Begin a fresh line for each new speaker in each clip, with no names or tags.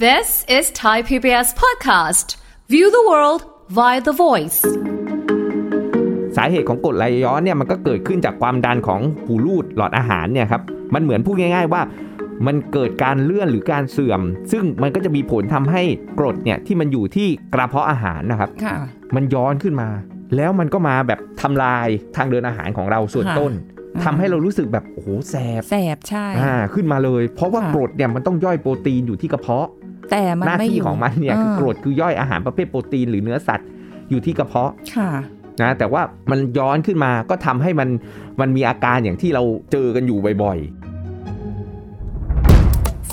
This is Thai PBS podcast. View the world via the voice.
สาเหตุของกรดไหลย้อนเนี่ยมันก็เกิดขึ้นจากความดันของหูรูดหลอดอาหารเนี่ยครับมันเหมือนพูดง่าย ๆว่า มันเกิดการเลื่อนหรือการเสื่อม ซึ่งมันก็จะมีผลทำให้กรดเนี่ยที่มันอยู่ที่กระเพาะอาหารนะครับ
ค่ะ
มันย้อนขึ้นมา แล้วมันก็มาแบบทำลายทางเดินอาหารของเราส่วน
ค่ะ
ต้น
อืม
ทำให้เรารู้สึกแบบโอ้โหแสบ
แสบใช่
อ่าขึ้นมาเลย เพราะว่า
ค่ะ
กรดเนี่ยมันต้องย่อยโปรตีนอยู่ที่กระเพาะ
แต่มัน
หน้า
ไม่
ที่
ยู่
ของมันเนี่ยคือกรดคือย่อยอาหารประเภทโปรตีนหรือเนื้อสัตว์อยู่ที่กระเพาะ
ค่ะ
นะแต่ว่ามันย้อนขึ้นมาก็ทำให้มันมันมีอาการอย่างที่เราเจอกันอยู่บ่อย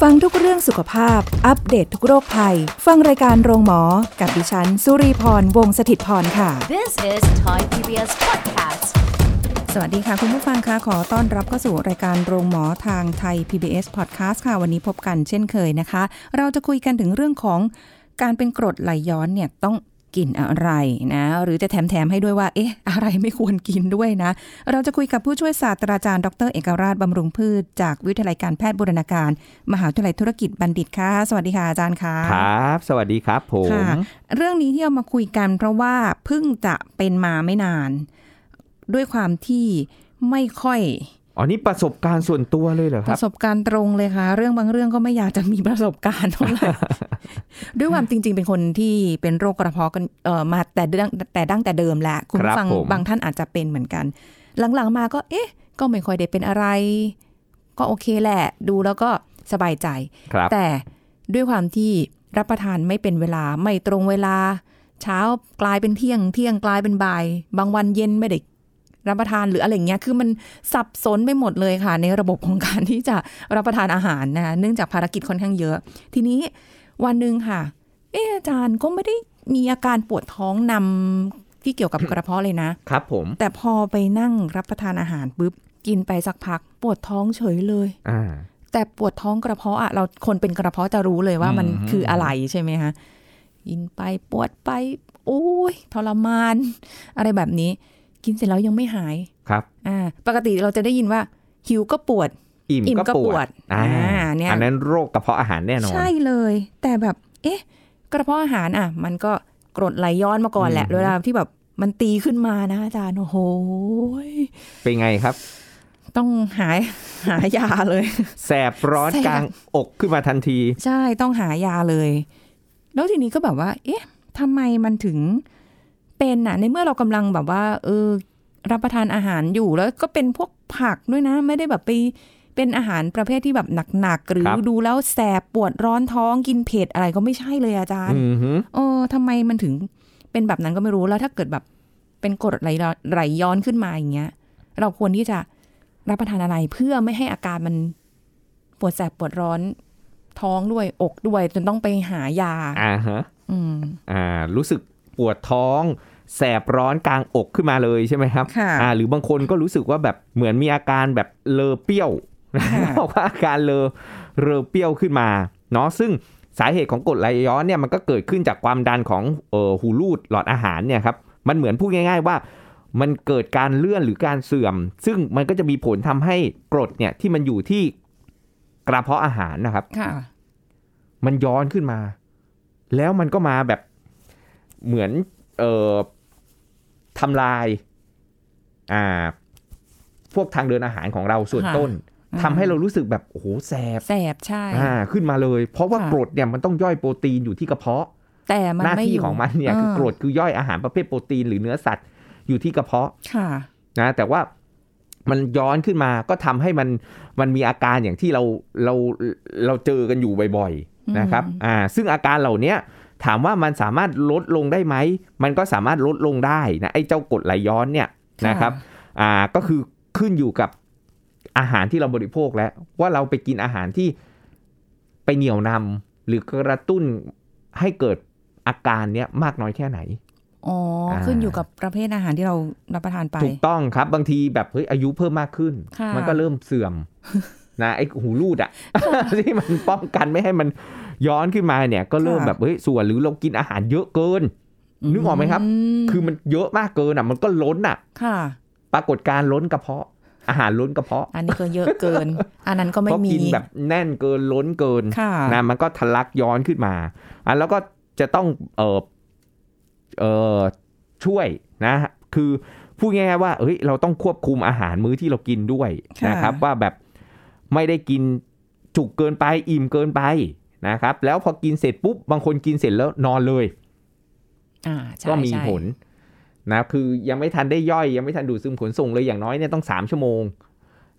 ฟังทุกเรื่องสุขภาพ อัปเดตทุกโรคภัย ฟังรายการโรงหมอ กับดิฉัน สุรีพร วงศิตพรค่ะ
This is Thai PBS podcast.
สวัสดีค่ะ คุณผู้ฟังคะขอต้อนรับเข้าสู่รายการโรงหมอทางไทย PBS Podcast ค่ะ วันนี้พบกันเช่นเคยนะคะ เราจะคุยกันถึงเรื่องของการเป็นกรดไหลย้อนเนี่ยต้องกินอะไรนะ หรือจะแถมๆให้ด้วยว่า เอ๊ะ อะไรไม่ควรกินด้วยนะ เราจะคุยกับผู้ช่วยศาสตราจารย์ดรเอกราชบำรุงพืช จากวิทยาลัยการแพทย์บูรณาการ มหาวิทยาลัยธุรกิจบัณฑิตค่ะ สวัสดีค่ะอาจารย์ค่ะ
ๆ ครับ สวัสดีครับผม
ค่ะเรื่องนี้ที่เอามาคุยกันเพราะว่าเพิ่งจะเป็นมาไม่นาน ด้วยความที่ไม่ค่อย
อ๋อนี่ประสบการณ์ส่วนตัวเลยเหรอค
ป
รับ
ระสบการณ์ตรงเลยค่ะ เรื่องบางเรื่องก็ไม่อยากจะมีประสบการณ์เท่า ไหร่ ด้วยความจริง ๆ เป็นคนที่เป็นโรคกระเพาะกันเอ่อมาแต่ดั้งแต่ดั้งแต่เดิมแหละคุณ
ครับ
ผู้ฟัง
ผม
บางท่านอาจจะเป็นเหมือนกัน หลังๆมาก็ เอ๊ะ ก็ไม่ค่อยได้เป็นอะไร ก็โอเคแหละ ดูแล้วก็สบายใจ
ครับ
แต่ด้วยความที่รับประทานไม่เป็นเวลาไม่ตรงเวลา เช้ากลายเป็นเที่ยงเที่ยงกลายเป็นบ่าย บางวันเย็นไม่ได้รับประทานหรืออะไรอย่างเงี้ยคือมันสับสนไปหมดเลยค่ะ ในระบบของการที่จะรับประทานอาหารนะคะเนื่องจากภารกิจค่อนข้างเยอะ ทีนี้วันหนึ่งค่ะ เอออาจารย์ก็ไม่ได้มีอาการปวดท้องนำที่เกี่ยวกับกระเพาะเลยนะ
ครับผม
แต่พอไปนั่งรับประทานอาหารปุ๊บกินไปสักพัก ปวดท้องเฉยเลย
อ่า
แต่ปวดท้องกระเพาะอะเราคนเป็นกระเพาะจะรู้เลยว่ามัน
อืม
คืออะไรใช่ไหมคะกินไปปวดไป โอ้ยทรมาน อะไรแบบนี้ กินเสร็จแล้วยังไม่หาย
ครับ
อ่าปกติเราจะได้ยินว่า หิวก็ปวด
อิ่ม
อิ่ม
ก็
ก็
ป
ป
ว
ว
ด
ด
อ่า
อ่าเนี่ย
อันนั้นโรคกระเพาะอาหารแน่นอน
ใช่เลย แต่แบบ เอ๊ะ กระเพาะอาหารอ่ะ มันก็กรดไหลย้อนมาก่อนแหละ
อืม
เวลาที่แบบมันตีขึ้นมานะอาจารย์โอ้โหย
เป็นไงครับ
ต้องหาย หายาเลย
แสบร้อน
แสบ
กลางอกขึ้นมาทันที
ใช่ต้องหายาเลย แล้วทีนี้ก็แบบว่า เอ๊ะทำไมมันถึงเป็นน่ะ ในเมื่อเรากำลังแบบว่า เออ รับประทานอาหารอยู่แล้วก็เป็นพวกผักด้วยนะ ไม่ได้แบบไปเป็นอาหารประเภทที่แบบหนักๆหรือ
ครับ
ดูแล้วแสบปวดร้อนท้องกินเผ็ดอะไรก็ไม่ใช่เลยอาจารย์
อือหือ
เออทำไมมันถึงเป็นแบบนั้นก็ไม่รู้แล้วถ้าเกิดแบบเป็นกรดไหลย้อนไหลย้อนขึ้นมาอย่างเงี้ย เราควรที่จะรับประทานอะไรเพื่อไม่ให้อาการมันปวดแสบปวดร้อนท้องด้วยอกด้วยจนต้องไปหายา
อ่าฮะ
อืม
อ่า รู้สึกปวดท้อง แสบร้อนกลางอกขึ้นมาเลยใช่ไหมครับ
ค่ะ
อ่าหรือบางคนก็รู้สึกว่าแบบเหมือนมีอาการแบบเลอเปรี้ยว
ค่ะ
บอกว่าอาการเลอเลอเปรี้ยวขึ้นมาเนาะซึ่งสาเหตุของกรดไหลย้อนเนี่ยมันก็เกิดขึ้นจากความดันของเอ่อหูรูดหลอดอาหารเนี่ยครับมันเหมือนพูดง่าย ๆว่า มันเกิดการเลื่อนหรือการเสื่อม ซึ่งมันก็จะมีผลทำให้กรดเนี่ยที่มันอยู่ที่กระเพาะอาหารนะครับ
ค่ะ
มันย้อนขึ้นมา แล้วมันก็มาแบบเหมือนเอ่อทำลาย อ่า พวกทางเดินอาหารของเราส่วน
ค่ะ
ต้น
อืม
ทำให้เรารู้สึกแบบโอ้โหแสบ
แสบใช่
อ่า ขึ้นมาเลย เพราะว่า
ค่ะ
กรดเนี่ยมันต้องย่อยโปรตีนอยู่ที่กระเพาะ
แต่มัน
หน้า
ไม่
ที่
ยู่
ของมันเนี่ยคือกรด
า
คือย่อยอาหารประเภทโปรตีนหรือเนื้อสัตว์อยู่ที่กระเพาะ
ค่ะ
นะแต่ว่ามันย้อนขึ้นมาก็ทำให้มันมันมีอาการอย่างที่เราเราเราเจอกันอยู่บ่อยๆนะครับ
อืม
อ่าซึ่งอาการเหล่าเนี้ยถามว่ามันสามารถลดลงได้ไหม มันก็สามารถลดลงได้นะไอ้เจ้ากรดไหลย้อนเนี่ยนะครับอ่าก็คือขึ้นอยู่กับอาหารที่เราบริโภคแล้ว ว่าเราไปกินอาหารที่ไปเหนี่ยวนำหรือกระตุ้นให้เกิดอาการเนี้ยมากน้อยแค่ไหน
อ๋ออา ขึ้นอยู่กับประเภทอาหารที่เรารับประทานไป
ถูกต้องครับบางทีแบบเฮ้ยอายุเพิ่มมากขึ้น
ค่ะ
มันก็เริ่มเสื่อ ม นะไอ้หูรูดอะ ที่มันป้องกันไม่ให้มันย้อนขึ้นมาเนี่ย ก็เริ่ม
ค่ะ
แบบเฮ้ยส่วนหรือเรากินอาหารเยอะเกิน นึกออกไหมครับ คือมันเยอะมากเกินอะมันก็ล้นอะ
ค่ะ
ปรากฏการณ์ล้นกระเพาะ อาหารล้นกระเพาะ
อันนี้ก็เยอะเกิน อันนั้นก็
เพ
ไม่
ราะ
มี
กินแบบแน่นเกินล้นเกิน
ค่ะ
นะมันก็ทะลักย้อนขึ้นมาอ่ะแล้วก็จะต้องเออเออช่วยนะ คือพูดง่ายๆว่าเอ้ยเราต้องควบคุมอาหารมื้อที่เรากินด้วย
ค่ะ
นะครับ ว่าแบบไม่ได้กินจุกเกินไปอิ่มเกินไปนะครับ แล้วพอกินเสร็จปุ๊บบางคนกินเสร็จแล้วนอนเลย
อ่าใช่
ก็มี
ใช่
ผลนะคือยังไม่ทันได้ย่อย ยังไม่ทันดูดซึมขนส่งเลยอย่างน้อยเนี่ยต้อง 3 ชั่วโมง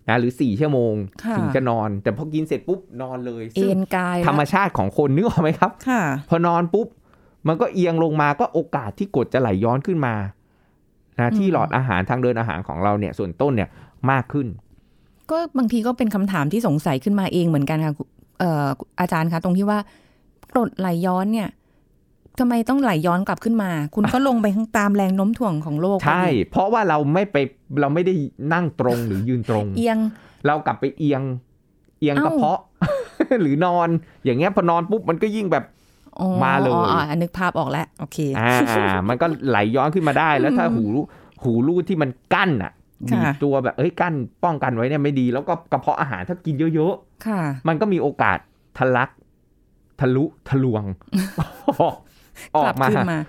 นะหรือ 4 ชั่วโมง
ค่ะ
ถึงจะนอน แต่พอกินเสร็จปุ๊บนอนเลย
เอ็
ซึ่ง
นกาย
ธรรม
ละ
ชาติของคนนึกออกไหมครับ
ค่ะ
พอนอนปุ๊บ มันก็เอียงลงมาก็โอกาสที่กรดจะไหลย้อนขึ้นมานะที่
อืม
หลอดอาหารทางเดินอาหารของเราเนี่ยส่วนต้นเนี่ยมากขึ้น
ก็บางทีก็เป็นคำถามที่สงสัยขึ้นมาเองเหมือนกันค่ะคุณเอ่ออาจารย์คะตรงที่ว่ากรดไหลย้อนเนี่ยทำไมต้องไหลย้อนกลับขึ้นมา คุณก็ลงไปข้างตามแรงโน้มถ่วงของโลก
ใช่
พอดี
เพราะว่าเราไม่ไปเราไม่ได้นั่งตรงหรือยืนตรง
เอียง
เรากลับไปเอียงเอียงกระ
เอ้า
เพาะ หรือนอน อย่างเงี้ยพอนอนปุ๊บมันก็ยิ่งแบบ
อ๋อ
มาเลย
อ๋ออ๋ออ่ะนึกภาพออกแล้ว โอเค
อ่า มันก็ไหลย้อนขึ้นมาได้ แล้วถ้า
อืม
หูรูหูรูดที่มันกั้นอ่ะบี
ค่ะ
บตัวแบบเอ้ยกั้นป้องกันไว้เนี่ยไม่ดี แล้วก็กระเพาะอาหารถ้ากินเยอะ
ค่ะ
ๆ มันก็มีโอกาสทะลัก ทะลุทะลว ง ออกออก
ลับ
มา
ขึ้นมา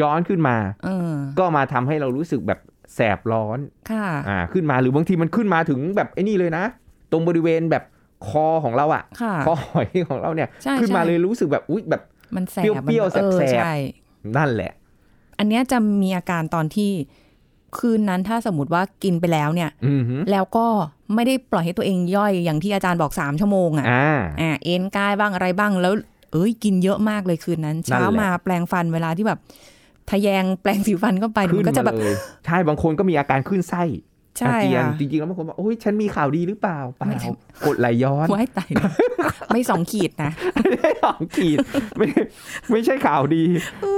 ย้อนขึ้นมา
เออ
ก็มาทำให้เรารู้สึกแบบแสบร้อน
ค่ะ
อ่า ขึ้นมาหรือบางทีมันขึ้นมาถึงแบบไอ้นี่เลยนะ ตรงบริเวณแบบคอของเราอ่ะ
ค่ะ
คอหอยของเราเนี่ย
ใช่
ขึ้นมา
ใช่
เลยรู้สึกแบบอุ๊ยแบบ
มันแสบ
เปรี้ยวๆ
มันออ
แสบๆ
ใช่
นั่นแหละ
อันเนี้ยจะมีอาการตอนที่ คืนนั้นถ้าสมมติว่ากินไปแล้วเนี่ย
อือหือ
แล้วก็ไม่ได้ปล่อยให้ตัวเองย่อยอย่างที่อาจารย์บอกสามชั่วโมงอ่ะ
อ่า
อ่าเอ็นกายบ้างอะไรบ้างแล้ว เอ้ยกินเยอะมากเลยคืนนั้น เช้า
นั่นแหละ
มาแปลงฟันเวลาที่แบบ ทะแยงแปลงสีฟันเข้าไป
ขึ้
มัน นก็จะ
มา
แบบ
เลยใช่บางคนก็มีอาการขึ้นไส้
ใช่
อาเจียน
ค่ะ
จริงๆแล้วบางคนบอกโอ้ยฉันมีข่าวดีหรือเปล่าเปล่า
ไม่ใช่
กดไหลย้อน
ว้ายตาย แล้วไม่สองขีดนะ
ไม่ได้สองขีด ไม่ไม่ใช่ข่าวดี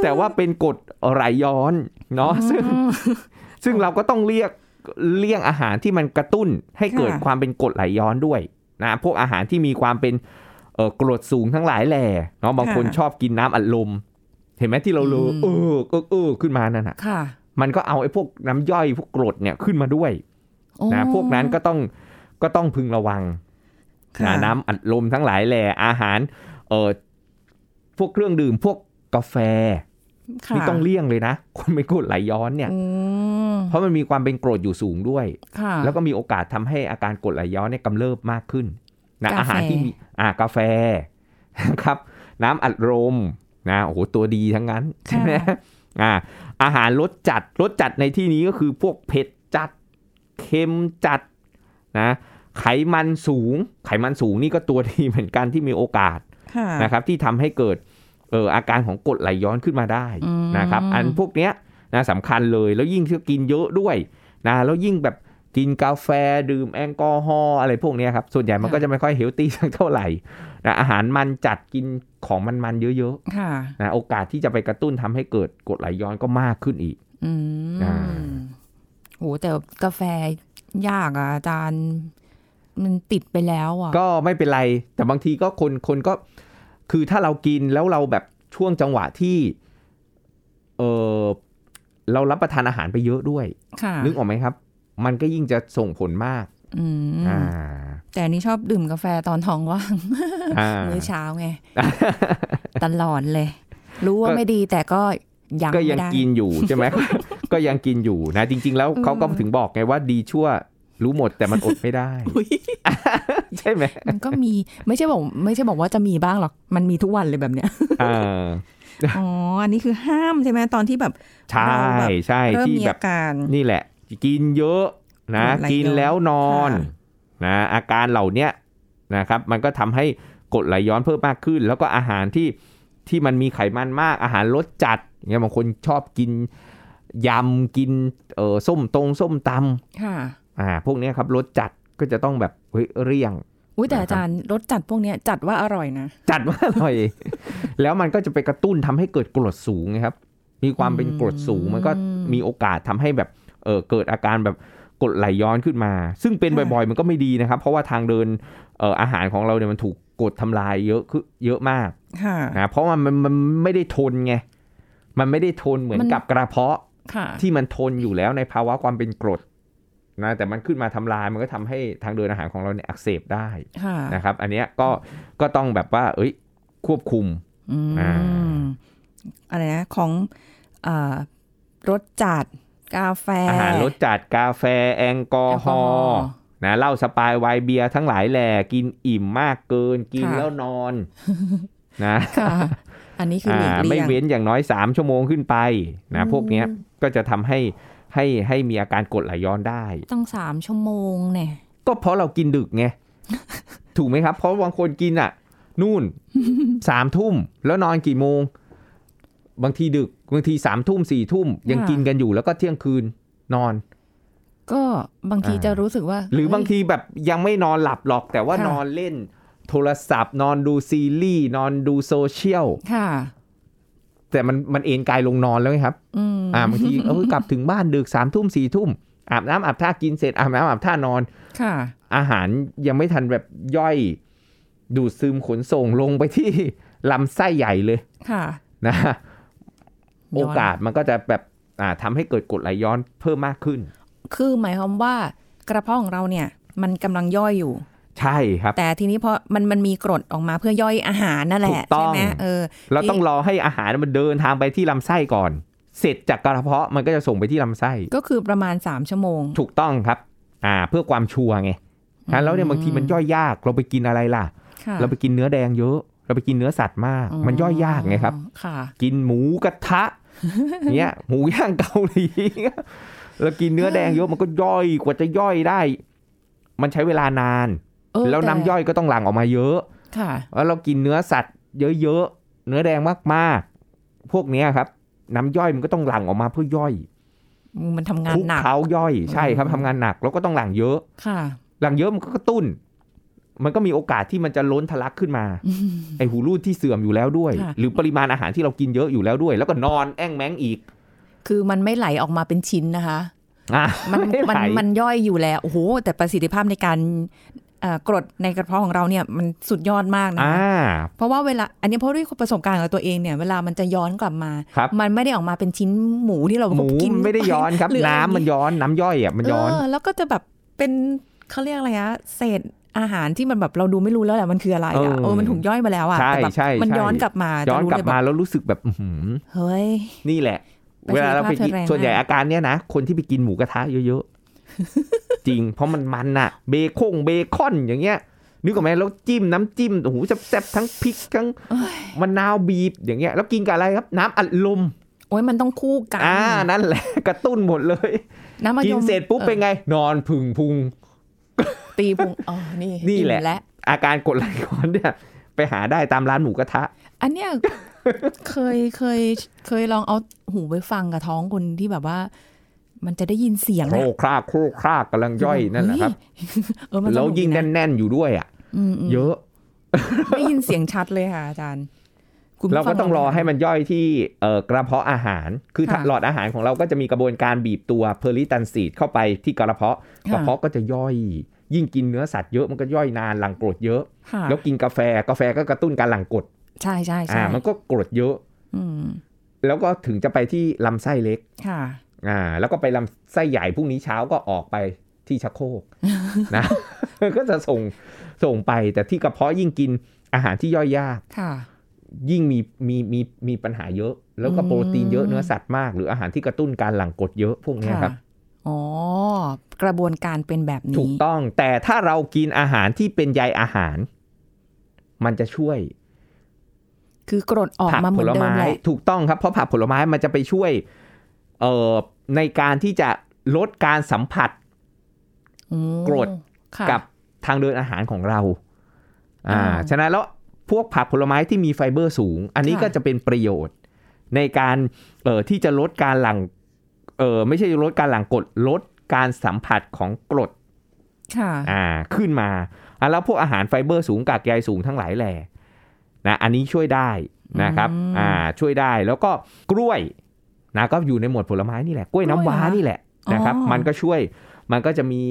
แต่ว่าเป็นกดไหลย้อนเนาะซึ่งซึ่งเราก็ต้องเรียกเลี่ยงอาหารที่มันกระตุ้นให้เกิด
ค่ะ
ความเป็นกรดไหลย้อนด้วยนะพวกอาหารที่มีความเป็นเอ่อกรดสูงทั้งหลายแหล่เนาะบางคนชอบกินน้ำอัดลม เห็นไหมที่เราเลอเออเออเออขึ้นมานั่นน่ะ
ค่ะ
มันก็เอาไอ้พวกน้ำย่อยพวกกรดเนี่ยขึ้นมาด้วย
โอ้
นะพวกนั้นก็ต้องก็ต้องพึงระวัง
ค่ะ
นะน้ำอัดลมทั้งหลายแหล่อาหารเอ่อพวกเครื่องดื่มพวกกาแฟ
ค่ะ
นี่ต้องเลี่ยงเลยนะ คนเป็นกรดไหลย้อนเนี่ย
อืม
เพราะมันมีความเป็นกรดอยู่สูงด้วย
ค่ะ
แล้วก็มีโอกาสทำให้อาการกรดไหลย้อนเนี่ยกำเริบมากขึ้นนะ
กา
อา
แฟ
หารที่มีอ่ากาแฟ นะครับ น้ำอัดลมนะโอ้โหตัวดีทั้งนั้นใช่ไหมอ่าอาหารรสจัดรสจัดในที่นี้ก็คือพวกเผ็ดจัดเค็มจัดนะไขมันสูง ไขมันสูงนี่ก็ตัวดีเหมือนกันที่มีโอกาส
ค่ะ
นะครับ ที่ทำให้เกิดเอออาการของกรดไหลย้อนขึ้นมาได้
อืม
นะครับ อันพวกเนี้ยนะสำคัญเลยแล้วยิ่งที่กินเยอะด้วยนะแล้วยิ่งแบบกินกาแฟดื่มแอลกอฮอล์อะไรพวกเนี้ยครับส่วนใหญ่มันก็จะไม่ค่อยเฮล ตี้สักเท่าไหร่นะอาหารมันจัดกินของมันๆเยอะๆ
ค่ะ
นะโอกาสที่จะไปกระตุ้นทำให้เกิดกรดไหลย้อนก็มากขึ้นอีก
อื
อ่า
มโหแต่กาแฟยากอ่ะอาจารย์ มันติดไปแล้วอ่ะ
ก็ไม่เป็นไร แต่บางทีก็คนคนก็คือถ้าเรากินแล้วเราแบบช่วงจังหวะที่เออเรารับประทานอาหารไปเยอะด้วย
ค่ะ
นึกออกไหมครับ มันก็ยิ่งจะส่งผลมาก
อืม
อ่า
แต่อันนี่ชอบดื่มกาแฟตอนท้องว่าง
อ่า
มื้อเช้าไง ตลอดเลย รู้ว่า
ก็
ไม่ดีแต่ก็ยัง
ก็
ไม่
ยัง
ได้
กินอยู่ใช่ไหม ก็ยังกินอยู่นะ จริง ๆ แล้วเขาก็ถึงบอกไงว่าดีชั่วรู้หมดแต่มันอดไม่ ได้
อุ๊ย
ใช่ไหม
มันก็มีไม่ใช่บอก ไม่ใช่บอกว่าจะมีบ้างหรอก มันมีทุกวันเลยแบบ เนี้ย
อ่า
อ๋อ อันนี้คือห้ามใช่ไหมตอนที่แบบ
ใช่
เราแบบ
ใช่
เริ่ม
ที่
มี
แบบ
อาการ
นี่แหละ กินเยอะนะ
หลายเดือน
กินแล้วนอน
ค่ะ
นะอาการเหล่าเนี้ยนะครับ มันก็ทำให้กรดไหลย้อนเพิ่มมากขึ้น แล้วก็อาหารที่ที่มันมีไขมันมากอาหารรสจัดอย่างเงี้ยบางคนชอบกินยำกินเออส้มตรงส้มต
ค่ะ
ำอ่าพวกเนี้ยครับรสจัดก็จะต้องแบบเฮ้ยเรี่ยง
อุ้ยแต่
นะครับ
อาจารย์รสจัดพวกเนี้ยจัดว่าอร่อยนะ
จัดว่าอร่อย แล้วมันก็จะไปกระตุ้นทำให้เกิดกรดสูงนะครับ มีความเป็นกรดสูง มันก็มีโอกาสทำให้แบบเออเกิดอาการแบบกรดไหลย้อนขึ้นมา ซึ่งเป็น
ค่ะ
บ่อยๆ มันก็ไม่ดีนะครับ เพราะว่าทางเดินเอ่ออาหารของเราเนี่ยมันถูกกรดทำลายเยอะขึ้นเยอะมาก
ค่ะ
นะเพราะว่ามันมันมันไม่ได้ทนไงมันไม่ได้ทนเหมือน
มัน
กับกระเพาะ
ค่ะ
ที่มันทนอยู่แล้วในภาวะความเป็นกรด นะแต่มันขึ้นมาทำลายมันก็ทำให้ทางเดินอาหารของเราเนี่ยอักเสบได้
ค่ะ
นะครับ อันเนี้ยก็ก็ต้องแบบว่า เอ้ยควบคุม
อื
อ่
มา อะไรนะของเอ่อรสจัดกาแฟ
อาหารรสจัดกาแฟแอลกอฮอล์
แอลกอฮอล์
นะเหล้าสปายไวน์เบียร์ทั้งหลายแหล่กินอิ่มมากเกินกิน
ค่ะ
แล้วน อนนะ
ค่ะ อันนี้คือหลีก
อ่าไม่
เลี่ยง
เว้นอย่างน้อย 3 ชั่วโมงขึ้นไปนะ
อืม
พวกเนี้ยก็จะทำให้ให้ให้มีอาการกรดไหลย้อนได้
ต้องสามชั่วโมงเนี่ย
ก็เพราะเรากินดึกไง ถูกไหมครับ เพราะบางคนกินอ่ะ นู่น สามทุ่มแล้วนอนกี่โมง บางทีดึก บางทีสามทุ่มสี่ทุ่มยัง
ค่ะ
กินกันอยู่แล้วก็เที่ยงคืนนอน
ก็บางที
อ่า
จะรู้สึกว่า
หรือบาง
เฮ้ย
ทีแบบยังไม่นอนหลับหรอก แต่ว่า
ค่ะ
นอนเล่น โทรศัพท์ นอนดูซีรีส์นอนดูโซเชียล
ค่ะ
แต่มันมันเอนกายลงนอนแล้วไงครับ
อืม
อ่าบางทีเออกลับถึงบ้านดึกสามทุ่มสี่ทุ่มอาบน้ำอาบท่ากินเสร็จอาบน้ำอาบท่านอน
ค่ะ
อาหารยังไม่ทันแบบย่อย ดูดซึมขนส่งลงไปที่ ลำไส้ใหญ่เลย
ค่ะ
นะ
ย้อน
โอกาสมันก็จะแบบอ่าทำให้เกิดกรดไหลย้อนเพิ่มมากขึ้น
คือหมายความว่ากระเพาะของเราเนี่ย มันกำลังย่อยอยู่
ใช่ครับ
แต่ทีนี้พอมันมันมีกรดออกมาเพื่อย่อยอาหารนั่นแห
ถู
ละ
กต้
ใช่
อง
ไหมเออ
เราต้องรอให้อาหารมันเดินทางไปที่ลำไส้ก่อน เสร็จจากกระเพาะมันก็จะส่งไปที่ลำไส้
ก็คือประมาณ 3 ชั่วโมง
ถูกต้องครับ อ่า เพื่อความชัวร์ไงนะแล้วเนี่ยบางทีมันย่อยยาก เราไปกินอะไรล่ะ
ค่ะ
เราไปกินเนื้อแดงเยอะ เราไปกินเนื้อสัตว์มาก มันย่อยยากไงครับ
ค่ะ
กินหมูกระทะ เนี้ยหมูย่างเกาหลี แล้วกินเนื้อแดงเยอะมันก็ย่อยกว่าจะย่อยได้ มันใช้เวลานาน
เออ
แล้วน้ำย่อยก็ต้องหลั่งออกมาเยอะ
ค่ะ
แล้วเรากินเนื้อสัตว์เยอะๆ เนื้อแดงมากๆ พวกเนี้ยครับ น้ำย่อยมันก็ต้องหลั่งออกมาเพื่อย่อย
มันทำงาน
คลุก
หนัก
เขาย่อยใช่ครับ
อืม
ทำงานหนักแล้วก็ต้องหลั่งเยอะ
ค่ะ
หลั่งเยอะมันก็กระตุ้น มันก็มีโอกาสที่มันจะล้นทะลักขึ้น มา ไอหูรูดที่เสื่อมอยู่แล้วด้วย
ค่ะ
หรือปริมาณอาหารที่เรากินเยอะอยู่แล้วด้วย แล้วก็นอนแอ้งแมงอีก
คือมันไม่ไหลออกมาเป็นชิ้นนะคะ
อ่ะ
มัน
ไไหว
มันมันย่อยอยู่แล้วโอ้โหแต่ประสิทธิภาพในการเอ่อกรดในกระเพาะของเราเนี่ยมันสุดยอดมากนะ
อ่า
คะ เพราะว่าเวลาอันนี้เพราะด้วยประสบการณ์ของตัวเองเนี่ยเวลามันจะย้อนกลับมา
ครับ
มันไม่ได้ออกมาเป็นชิ้นหมูที่เรา
หมู
กิน
ไม่ได้ย้อนครับ
หะไ
น้ำมันย้อนน้ำย่อยอ่ะมันย้อน
เออแล้วก็จะแบบเป็นเขาเรียกอะไรอะเศษอาหารที่มันแบบเราดูไม่รู้แล้วแหละมันคืออะไร
เออ
อะเออมันถูกย่อยมาแล้วอะ
ใช่
แต่แบบ
ใช่
มัน
ใช่
ย้อนกลับมา
ย้อน
จะรู้
กลับ
เแ
มาแล้วรู้สึกแบบอื้อหือ
เฮ้ย
นี่แหละ
ประสิ
เว
ทธิภาพ
ลาเราไปกิน
เธอแรงมาก
ส่วนใหญ่อาการเนี้ยนะคนที่ไปกินหมูกระทะเยอะๆ จริง เพราะมันมันอะเบคงเบคอนอย่างเงี้ยนึกออกไหมแล้วจิ้มน้ำจิ้มโอ้โหแซ่บๆทั้งพริกทั้งมะนาวบีบอย่างเงี้ยแล้วกินกับอะไรครับน้ำอัดลม
โอ้ยมันต้องคู่กัน
อ่านั่นแหละ กระตุ้นหมดเลย
น้ำมะ
กิ
ย
น
ม
เสร็จปุ๊บเป็นไง นอนผึ่งพุง
ตีพุงอ๋อนี่
นี่แหละ
อิ่มแล้ว
อาการกดไหลย้อนเนี่ย ไปหาได้ตามร้านหมูกระทะ
อันเนี้ย เคยเคยเคยลองเอาหูไปฟังกับท้องคนที่แบบว่า มันจะได้ยินเสียง
โคร
อะ
กครากโครกครากกำลังย่อยนั่นแหละครับ
เออมันส
แล้ว
นุกดี
ยิ่ง
นะ
แน่นๆอยู่ด้วยอ่ะ
อืมๆ
เยอะ
ได้ยินเสียงชัดเลยค่ะอาจารย์คุณผู้
เราก็
ฟั
ต้องรอให้มันย่อยที่เอ่อกระเพาะอาหาร คือ
ค่ะ
หลอดอาหารของเราก็จะมีกระบวนการบีบตัวเพอริตันซีดเข้าไปที่กระเพาะ กระเพาะก็จะย่อย ยิ่งกินเนื้อสัตว์เยอะมันก็ย่อยนานหลังกรดเยอะ
ค่ะ
แล้วกินกาแฟกาแฟก็กระตุ้นการหลังกรด
ใช่ใช่ใช่
อ่ามันก็กรดเยอะ
อืม
แล้วก็ถึงจะไปที่ลำไส้เล็ก
ค่ะ
อ่าแล้วก็ไปลำไส้ใหญ่พรุ่งนี้เช้าก็ออกไปที่ชักโค รกนะ ก็จะส่งส่งไปแต่ที่กระเพาะยิ่งกินอาหารที่ย่อยยาก
ค่ะ
ยิ่งมีมีมีมีปัญหาเยอะ แล้วก็
อืม
โปรตีนเยอะเนื้อสัตว์มาก หรืออาหารที่กระตุ้นการหลั่งกรดเยอะพวกเนี้ย
ค่ะ
ครับ
อ๋อกระบวนการเป็นแบบนี้
ถูกต้องแต่ถ้าเรากินอาหารที่เป็นใยอาหาร มันจะช่วย
คือกรดออก
ผัก
มาเห
ผ
มือน
ล
เดิม
ไม้
แหละ
ถูกต้องครับเพราะผักผลไม้มันจะไปช่วยเอ่อในการที่จะลดการสัมผัส
อืม
กรด
ค่ะ
กับทางเดินอาหารของเราอ่า
อ้าว
ฉะนั้นแล้วพวกผักผลไม้ที่มีไฟเบอร์สูง อันนี้
ค่ะ
ก็จะเป็นประโยชน์ ในการเอ่อที่จะลดการหลังเอ่อไม่ใช่ลดการหลังกรดลดการสัมผัสของกรด
ค่ะ
อ่าขึ้นมาอ่ะแล้วพวกอาหารไฟเบอร์สูงกากใยสูงทั้งหลายแหล่นะอันนี้ช่วยได้นะครับ
อืม
อ่าช่วยได้แล้วก็กล้วยนะก็อยู่ในหมวดผลไม้นี่แหละกล้วยน้ำว้า
เหรอ
นี่แหละนะครับ
อ๋อ
มันก็ช่วยมันก็จะมี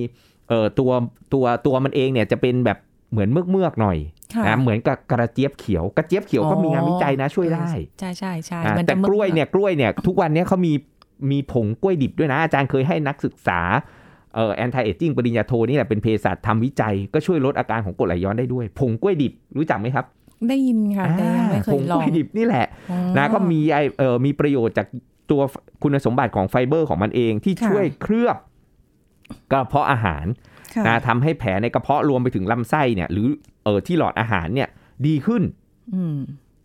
เอ่อตัวตัวตัวมันเองเนี่ยจะเป็นแบบเหมือนเมือกเมือกๆหน่อย
ค่ะ
นะเหมือนกับกระเจี๊ยบเขียวกระเจี๊ยบเขียวก็มีงานวิจัยนะช่วยได้
ใช่ใช่ใช่
อ่า
มัน
แต่
จะมึ
กล้วยเนี่ยกล้วยเนี่ยทุกวันเนี้ยเขามีมีผงกล้วยดิบด้วยนะ อาจารย์เคยให้นักศึกษา เอ่อแอนตี้เอจิ้งปริญญาโทนี่แหละเป็นเภสัชทำวิจัยก็ช่วยลดอาการของกรดไหลย้อนได้ด้วย ผงกล้วยดิบรู้จักไหมครับ
ได้ยินค่ะแต่ยังไม่เค
ผ
ย
ง
ล
ก
อ
ล้
ง
วยดิบนี่แหละ
อ๋อ
นะก็มีไอเออมีประโยชน์จากตัวคุณสมบัติของไฟเบอร์ของมันเองที่
ค่ะ
ช่วยเคลือบกระเพาะอาหาร
ค่ะ
นะทำให้แผลในกระเพาะรวมไปถึงลำไส้เนี่ย หรือเออที่หลอดอาหารเนี่ยดีขึ้น
อืม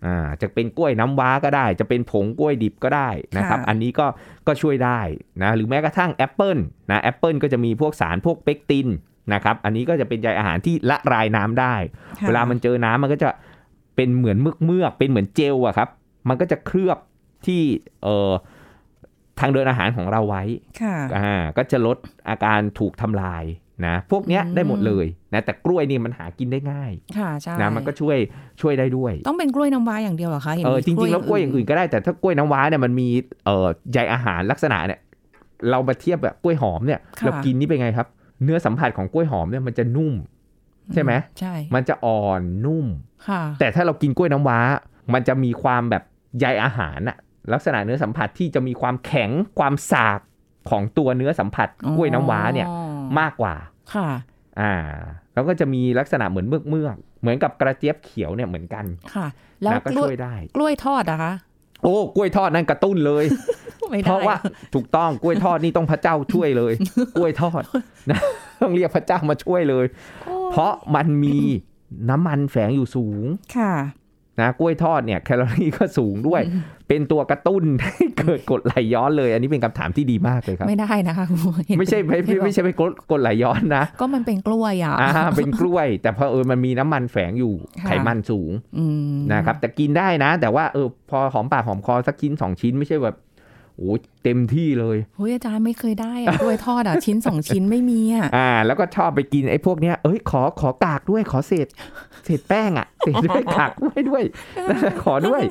อ่าจะเป็นกล้วยน้ำว้าก็ได้ จะเป็นผงกล้วยดิบก็ได้นะครับ
ค่ะ
อันนี้ก็ก็ช่วยได้นะหรือแม้กระทั่งแอปเปิลนะแอปเปิลก็จะมีพวกสารพวกเปกตินนะครับ อันนี้ก็จะเป็นใยอาหารที่ละลายน้ำได้
ค่ะ
เวลามันเจอน้ำมันก็จะเป็นเหมือนเมือกเมือกๆเป็นเหมือนเจลอะครับ มันก็จะเคลือบที่เอ่อทางเดินอาหารของเราไว้
ค่ะ
อ่าก็จะลดอาการถูกทำลายนะพวกเนี้ย
อืม
ได้หมดเลยนะแต่กล้วยนี่มันหากินได้ง่าย
ค่ะใช่
นะมันก็ช่วยช่วยได้ด้วย
ต้องเป็นกล้วยน้ำว้าอย่างเดียวเหรอคะห็น
เออ
มี
จริงๆแล้วกล้วยอย่างอื่นก็ได้แต่ถ้ากล้วยน้ำว้าเนี่ยมันมีเอ่อใยอาหารลักษณะเนี่ยเรามาเทียบแบบกล้วยหอมเนี่ย
ะ
เรากินนี่เป็นไงครับ เนื้อสัมผัสของกล้วยหอมเนี่ยมันจะนุ่ม ใช่ไหม
ใช่
มันจะอ่อนนุ่ม
ค่ะ
แต่ถ้าเรากินกล้วยน้ำว้า มันจะมีความแบบใยอาหารอะลักษณะเนื้อสัมผัสที่จะมีความแข็งความสาบของตัวเนื้อสัมผัสกล้วยน้ำว้าเนี่ย
อ๋อ
มากกว่า
ค่ะ
อ่า แล้วก็จะมีลักษณะเหมือนเมือกเมือกๆเหมือนกับกระเจี๊ยบเขียวเนี่ยเหมือนกัน
ค่ะ แล้ว
นะก็
กล้วย
ช่วยได้
กล้วยทอดนะคะ
โอ้กล้วยทอดนั่นกระตุ้นเลย
ไม่ได้
เพราะว่าถูกต้องกล้วยทอดนี่ต้องพระเจ้าช่วยเลย กล้วยทอด นะต้องเรียกพระเจ้ามาช่วยเลย เพราะมัน มีน้ำมันแฝงอยู่สูง
ค่ะ
นะกล้วยทอดเนี่ยแคลอรี่ก็สูงด้วย เป็นตัวกระตุ้น ให้เกิดกรดไหลย้อนเลย อันนี้เป็นคำถามที่ดีมากเลยครับ
ไม่ได้นะคะคุณเห็น
ไม่ใช่ไม่ไม่ไม่ใช่เป็นกรดกรดไหลย้อนนะ
ก็มันเป็นกล้วยอ่ะ
อ่าเป็นกล้วย แต่พอเออมันมีน้ำมันแฝงอยู่
ค่ะ
ไขมันสูง
อืม
นะครับ แต่กินได้นะ แต่ว่าเออพอหอมปากหอมคอสักชิ้นสองชิ้นไม่ใช่แบบโอ้เต็มที่เลย
เฮ้ยอาจารย์ไม่เคยได้อะกล้วยทอดอ่ะ ชิ้นสองชิ้นไม่มีอ่ะ
อ่า แล้วก็ชอบไปกินไอ้พวกเนี้ยเอ้ยขอขอกากด้วยขอเศษเศษแป้งอะเศษด้วยกากด้วยด้วย นั่นน่ะขอด้วย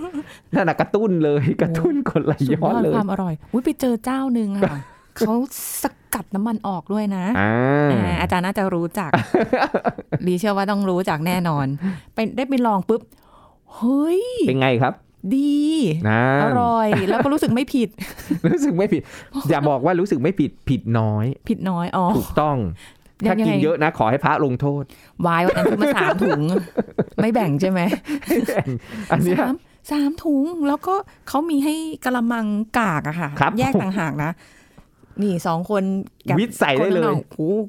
นั่นนะกระตุ้นเลยกระตุ้นกรดไหล
สุด
ย้อย น
อด
เลย
ความอร่อยอุ้ยไปเจอเจ้าหนึ่ง ค่ะ เขาสกัดน้ำมันออกด้วยนะ
อ่า
อ่าอาจารย์น่าจะรู้ จัก ลีเชื่อว่าต้องรู้จักแน่นอน ไปได้ไปลองปุ๊บ เฮ้ย
เป็นไงครับ
ดี
นะ
อร่อย แล้วก็รู้สึกไม่ผิด
รู้สึกไม่ผิด อย่าบอกว่ารู้สึกไม่ผิดผิดน้อย
ผิดน้อย อ๋อ
ถูกต้อง
ยั
ถ้าง
ไง
กินเยอะนะ ขอให้พระลงโทษ
วายวันนั้นซื้อมาสามถุง ไม่แบ่งใช่ไหม
อันเนี้ย
สามสามถุง แล้วก็เขามีให้กะละมังกากอะค่ะ
ครับ
แยกต่างหากนะ นี่สองคนกับ
วิทย์ใส่ได้เล
คนข้างน
ย
อกโอ้โห